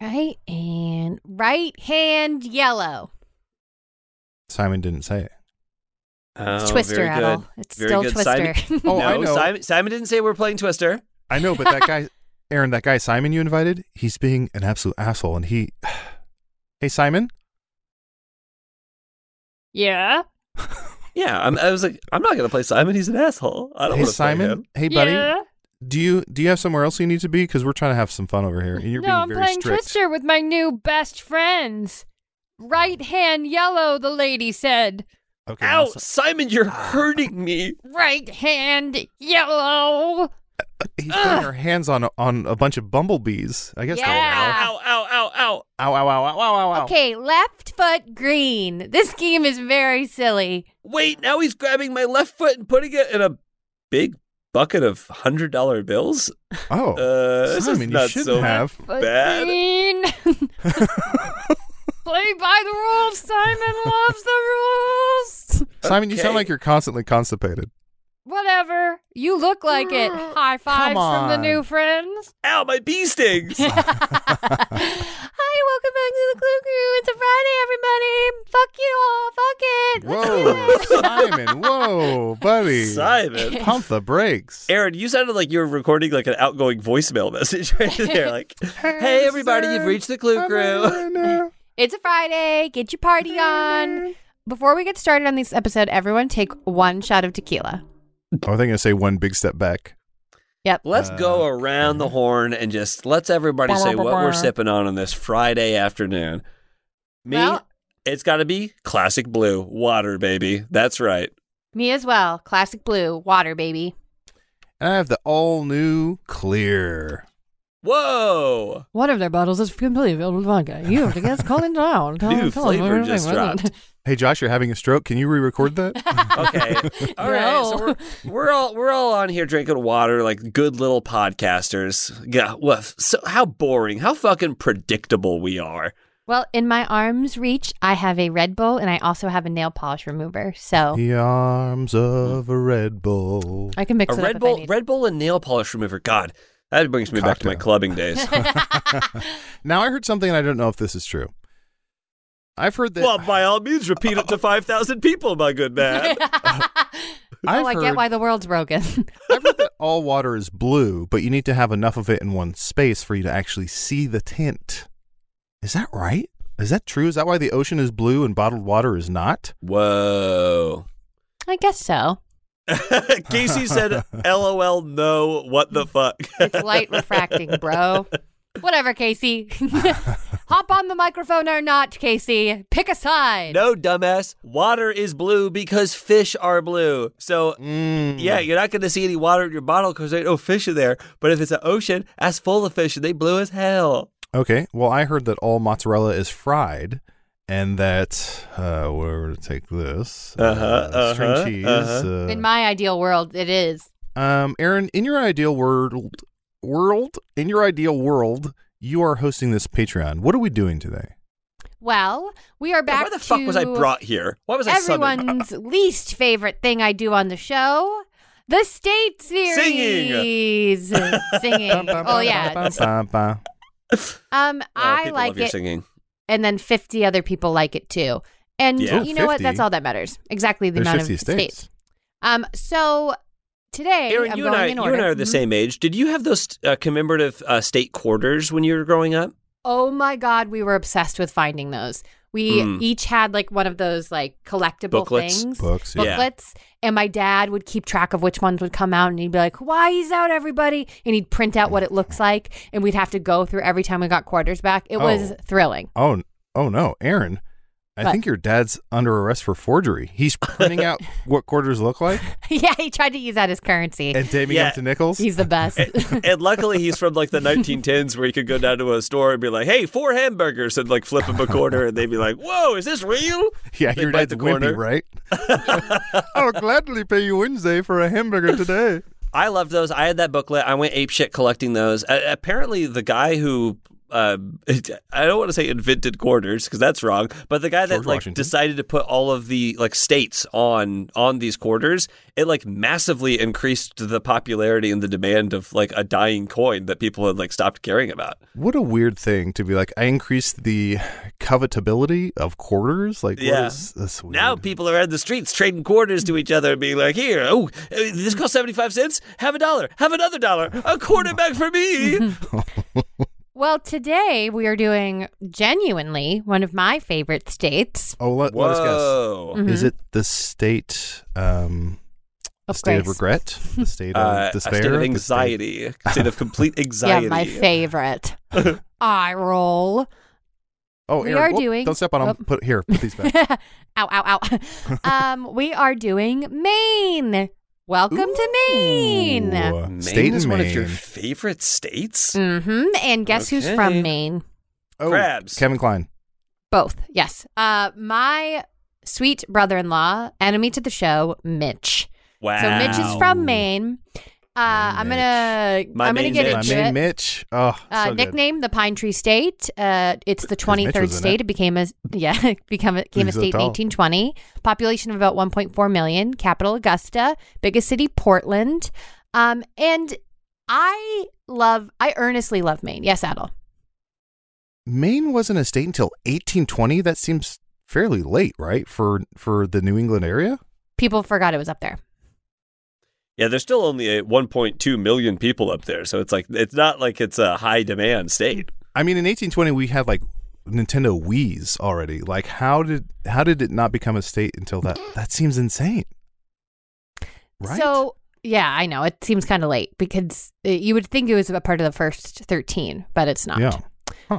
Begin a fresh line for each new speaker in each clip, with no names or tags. Right and right hand yellow.
Simon didn't say it.
It's
Oh,
Twister,
very
Adel.
good.
It's
Very
still
good,
Twister.
Simon.
Oh,
no,
I know.
Simon, Simon didn't say we're playing Twister.
I know, but that guy, Aaron, that guy Simon you invited, he's being an absolute asshole. And he, hey Simon,
yeah.
Yeah, I'm, I was like, I'm not gonna play Simon. He's an asshole. I don't
hey
want to play him.
Simon, hey buddy,
Yeah.
do you do you have somewhere else you need to be? Because we're trying to have some fun over here, and you're
no,
being
I'm
very
playing
strict.
Twister with my new best friends. Right hand yellow, the lady said.
Okay, Ah. now
Ow, Simon, you're hurting me.
Right hand yellow.
he's putting our hands on on a bunch of bumblebees. I guess.
Yeah.
Ow, ow, ow, ow.
Ow, ow, ow, ow, ow, ow.
Okay, left foot green. This game is very silly.
Wait, now he's grabbing my left foot and putting it in a big bucket of hundred dollar bills.
Oh,
Uh, this is
Simon, you
not
shouldn't
so
have.
Foot
Bad.
green. Play by the rules. Simon loves the rules.
Simon, you sound
Okay.
like you're constantly constipated.
Whatever. You look like it. High fives from the
on.
new friends.
Ow, my bee stings.
Hi, welcome back to the Clue Crew. It's a Friday, everybody. Fuck you all. Fuck it.
Whoa, Simon. Whoa, buddy.
Simon.
Pump the brakes.
Aaron, you sounded like you were recording like an outgoing voicemail message right there. Like, hey, everybody, you've reached the Clue Crew.
Crew.
It's a Friday. Get your party on. Before we get started on this episode, everyone take one shot of tequila.
Oh, I think I say one big step back.
Yep.
Let's go
Uh,
around the horn and just let's everybody say what we're sipping on on this Friday afternoon. Me,
Well-
it's got to be classic blue water, baby. That's right.
Me as well. Classic blue. Water, baby.
And I have the all new clear.
Whoa!
One of their bottles is completely filled with vodka. You have to guess calling down.
New flavor just dropped.
Hey, Josh, you're having a stroke. Can you re-record that?
Okay, all right. So
No.
we're, we're all we're all on here drinking water like good little podcasters. Yeah. Woof. So how boring? How fucking predictable we are.
Well, in my arm's reach, I have a Red Bull and I also have a nail polish remover. So
the arms of a Red Bull.
I can mix
a
it
Red
up
Bull,
if I need.
Red Bull, and nail polish remover. God, that brings me back to my
Cocktail.
clubbing days.
Now I heard something, and I don't know if this is true. I've heard that.
well, by all means, repeat it to five thousand people, my good man.
I've
oh, I
heard-
get why the world's broken.
I've heard that all water is blue, but you need to have enough of it in one space for you to actually see the tint. Is that right? Is that true? Is that why the ocean is blue and bottled water is not?
Whoa.
I guess so.
Casey said, "LOL, no, what the fuck."
It's light refracting, bro. Whatever, Casey. Hop on the microphone or not, Casey. Pick a side.
no, dumbass. Water is blue because fish are blue. So
Mm.
yeah, you're not going to see any water in your bottle because there ain't no fish in there. But if it's an ocean, that's full of fish, and they blue as hell.
Okay. Well, I heard that all mozzarella is fried, and that uh, we're gonna take this Uh,
Uh-huh, uh-huh,
string cheese.
uh-huh.
uh,
In my ideal world, it is.
um, Aaron, in your ideal world, world, in your ideal world, you are hosting this Patreon. What are we doing today?
Well, we are
Now,
back
Why the fuck
to
was I brought here? Why was I summoned?
everyone's least favorite thing I do on the show. The state series. Singing. oh, yeah.
Ba-ba-ba-ba-ba.
Um,
Oh,
I
people love
like
your
it.
singing.
and then 50 other people like it too. And
Yeah. Ooh,
you know what?
50?
That's all that matters. Exactly the
There's
amount
50
of
states.
Um, so today,
Aaron,
I'm
you
going
and, I,
in
you
order.
and I are the
Mhm.
same age. Did you have those uh, commemorative uh, state quarters when you were growing up?
Oh my God, we were obsessed with finding those. We
Mm.
each had like one of those like collectible
Booklets.
things,
Books, yeah.
Yeah.
booklets, and my dad would keep track of which ones would come out, and he'd be like, "Why he's out, everybody!" And he'd print out what it looks like, and we'd have to go through every time we got quarters back. It was
Oh.
thrilling.
Oh, n- oh no, Aaron, I
But-
think your dad's under arrest for forgery. He's printing out what quarters look like
yeah, he tried to use that as currency.
and taping
Yeah.
them to nickels.
He's the best.
and luckily, he's from like the 1910s, where you could go down to a store and be like, "Hey, four hamburgers," and like flip him a quarter, and they'd be like, "Whoa, is this real?"
yeah,
They
your
bite
dad's
the
wimpy,
corner.
right? I'll gladly pay you Wednesday for a hamburger today.
I loved those. I had that booklet. I went ape shit collecting those. Uh, apparently, the guy who uh, I don't want to say invented quarters because that's wrong, but the guy that
George
like
Washington.
decided to put all of the like states on on these quarters, it like massively increased the popularity and the demand of like a dying coin that people had like stopped caring about.
What a weird thing to be like. I increased the covetability of quarters. Like,
Yeah.
what is this weird?
Now people are in the streets trading quarters to each other and being like, "Here, oh, this costs seventy five cents. Have a dollar. Have another dollar. A quarter back for me."
well, today we are doing genuinely one of my favorite states.
oh, let, let us guess.
Whoa.
Is it the state? Um, the
Of
state of
grace.
regret, the state of
uh, a
despair,
state of
the
anxiety, a state of complete
Yeah,
anxiety.
my favorite. I roll.
oh,
We
Aaron,
are
whoop,
doing-
Don't step on them.
Oh.
Put here. Put these back.
ow, ow, ow. um, we are doing Maine. Welcome to Maine.
Ooh,
Maine
State
is
in
one
Maine. Mm.
of your favorite states.
Mm-hmm. And guess who's
Okay.
from Maine?
oh,
Crabs.
Kevin Klein.
Both. Yes. Uh, my sweet brother-in-law, enemy to the show, Mitch.
Wow.
So Mitch is from Maine. Uh, I'm gonna
My
I'm gonna
main
get
Mitch.
My
into
man
it.
Mitch. Oh,
Uh,
so good.
nickname the Pine Tree State. Uh, it's the
Mitch
23rd
was in
state.
it.
It. became a yeah, it become a, became a
He's so
state in
tall.
1820. Population of about 1.4 million. Capital Augusta. Biggest city Portland. Um, and I love. I earnestly love Maine. Yes, Adel.
Maine wasn't a state until 1820. That seems fairly late, right? For for the New England area.
People forgot it was up there.
Yeah, there's still only uh 1.2 million people up there, so it's like it's not like it's a high demand state.
I mean, in 1820, we had like Nintendo Wii's already. Like, how did how did it not become a state until that?
Mm.
That seems insane. Right.
So yeah, I know it seems kind of late because uh, you would think it was a part of the first 13, but it's not.
yeah.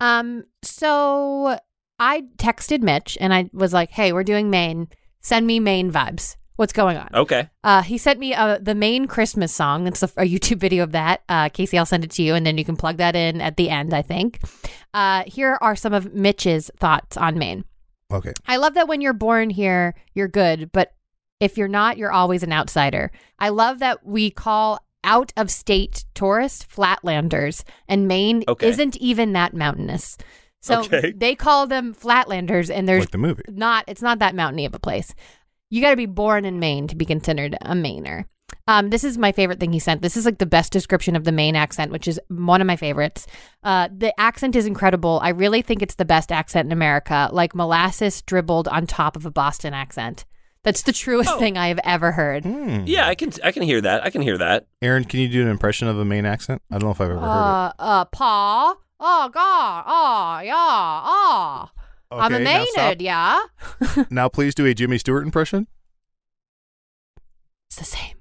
Um, so I texted Mitch and I was like, "Hey, we're doing Maine. Send me Maine vibes. What's going on?"
Okay.
Uh, he sent me uh, the Maine Christmas song. It's a, a YouTube video of that. Uh, Casey, I'll send it to you, and then you can plug that in at the end. I think. Uh, here are some of Mitch's thoughts on Maine.
Okay.
I love that when you're born here, you're good, but if you're not, you're always an outsider. I love that we call out of state tourists flatlanders, and Maine
Okay.
isn't even that mountainous. So
Okay.
they call them flatlanders, and there's
Like the movie.
not it's not that mountainy of a place. You got to be born in Maine to be considered a Mainer. Um, this is my favorite thing he sent. This is like the best description of the Maine accent, which is one of my favorites. Uh, the accent is incredible. I really think it's the best accent in America, like molasses dribbled on top of a Boston accent. That's the truest
Oh.
thing I have ever heard.
Hmm.
Yeah, I can I can hear that. I can hear that.
Aaron, can you do an impression of a Maine accent? I don't know if I've ever heard it.
Uh, uh, paw. Oh, God. Oh, yeah. Oh. I'm a
Okay, now stop.
Maynard, yeah. Uh.
Now, please do a Jimmy Stewart impression.
It's the same.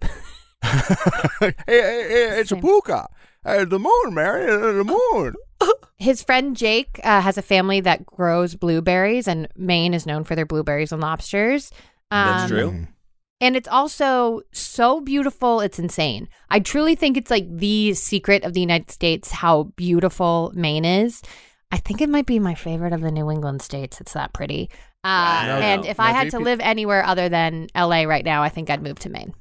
hey, hey, hey, it's a
Same. Oh.
puka. Uh, the moon, Mary. uh, the moon.
His friend Jake uh, has a family that grows blueberries, and Maine is known for their blueberries and lobsters. Um,
That's true.
Mm.
And it's also so beautiful, it's insane. I truly think it's like the secret of the United States how beautiful Maine is. I think it might be my favorite of the New England states. It's that pretty. Uh,
Wow.
And if
Now,
I had to
JP
live anywhere other than LA right now, I think I'd move to Maine.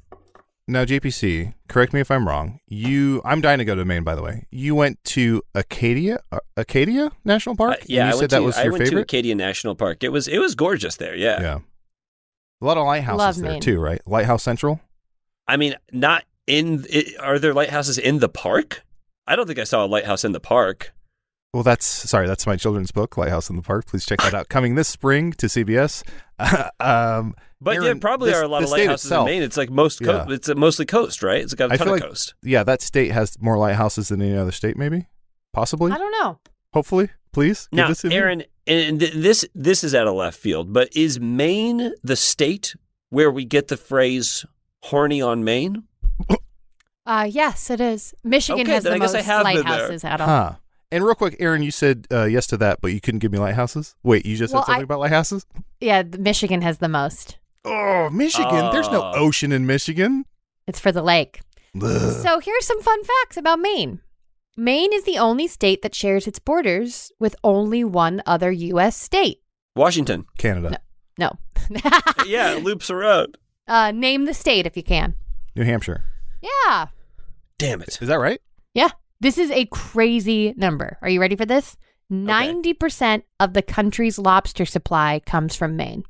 Now, JPC, correct me if I'm wrong. You, I'm dying to go to Maine, by the way. You went to Acadia, uh, Acadia National Park.
Uh, yeah,
and
I
you
went
said that
to,
was
I
your
went
favorite.
to Acadia National Park. It was it was gorgeous there. Yeah.
yeah, a lot of lighthouses
Love
there
Maine.
too, right? Lighthouse Central.
I mean, not in. It, are there lighthouses in the park? I don't think I saw a lighthouse in the park.
Well, that's sorry. That's my children's book, Lighthouse in the Park. Please check that out. Coming this spring to CBS. um,
But
Aaron,
yeah, probably
this-
are a lot
the
of
state
lighthouses
itself-
in Maine. It's like most co-
Yeah.
it's uh, mostly coast, right? It's got a
I
ton
feel
of
like
coast.
yeah, that state has more lighthouses than any other state, maybe, possibly,
I don't know.
hopefully. Please give
Now,
this to me.
Aaron, and th- this this is out of left field, but is Maine the state where we get the phrase "horny on Maine"?
Uh, yes, it is. Michigan
Okay,
has
then
the
I guess I
most
have been there.
lighthouses out of
Huh. And real quick, Aaron, you said uh, yes to that, but you couldn't give me lighthouses. Wait, you just
Well,
said something
I-
about lighthouses?
Yeah, th- Michigan has the most.
Oh, Michigan. There's no
Oh.
ocean in Michigan.
It's for the lake.
Ugh.
So here's some fun facts about Maine. Maine is the only state that shares its borders with only one other U.S. state.
Washington.
Canada,
No.
yeah, it loops around.
uh, name the state if you can.
New Hampshire.
Yeah.
Damn it.
Is that right?
Yeah. This is a crazy number. Are you ready for this? 90% of the country's lobster supply comes from Maine.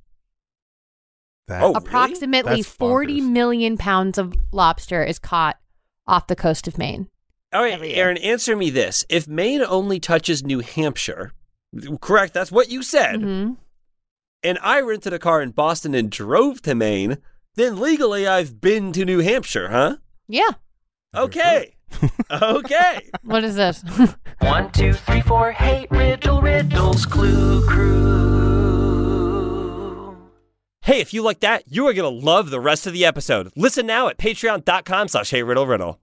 That,
Oh. really?
Approximately
That's
forty
bonkers.
million pounds of lobster is caught off the coast of Maine.
All right,
Every year.
Aaron, answer me this. If Maine only touches New Hampshire, correct, that's what you said,
Mhm.
and I rented a car in Boston and drove to Maine, then legally I've been to New Hampshire, huh?
Yeah.
Okay. okay.
What is this?
One, two, three, four, hey, riddle, riddles, clue, crew.
Hey, if you like that, you are going to love the rest of the episode. Listen now at patreon.com slash hey riddle riddle.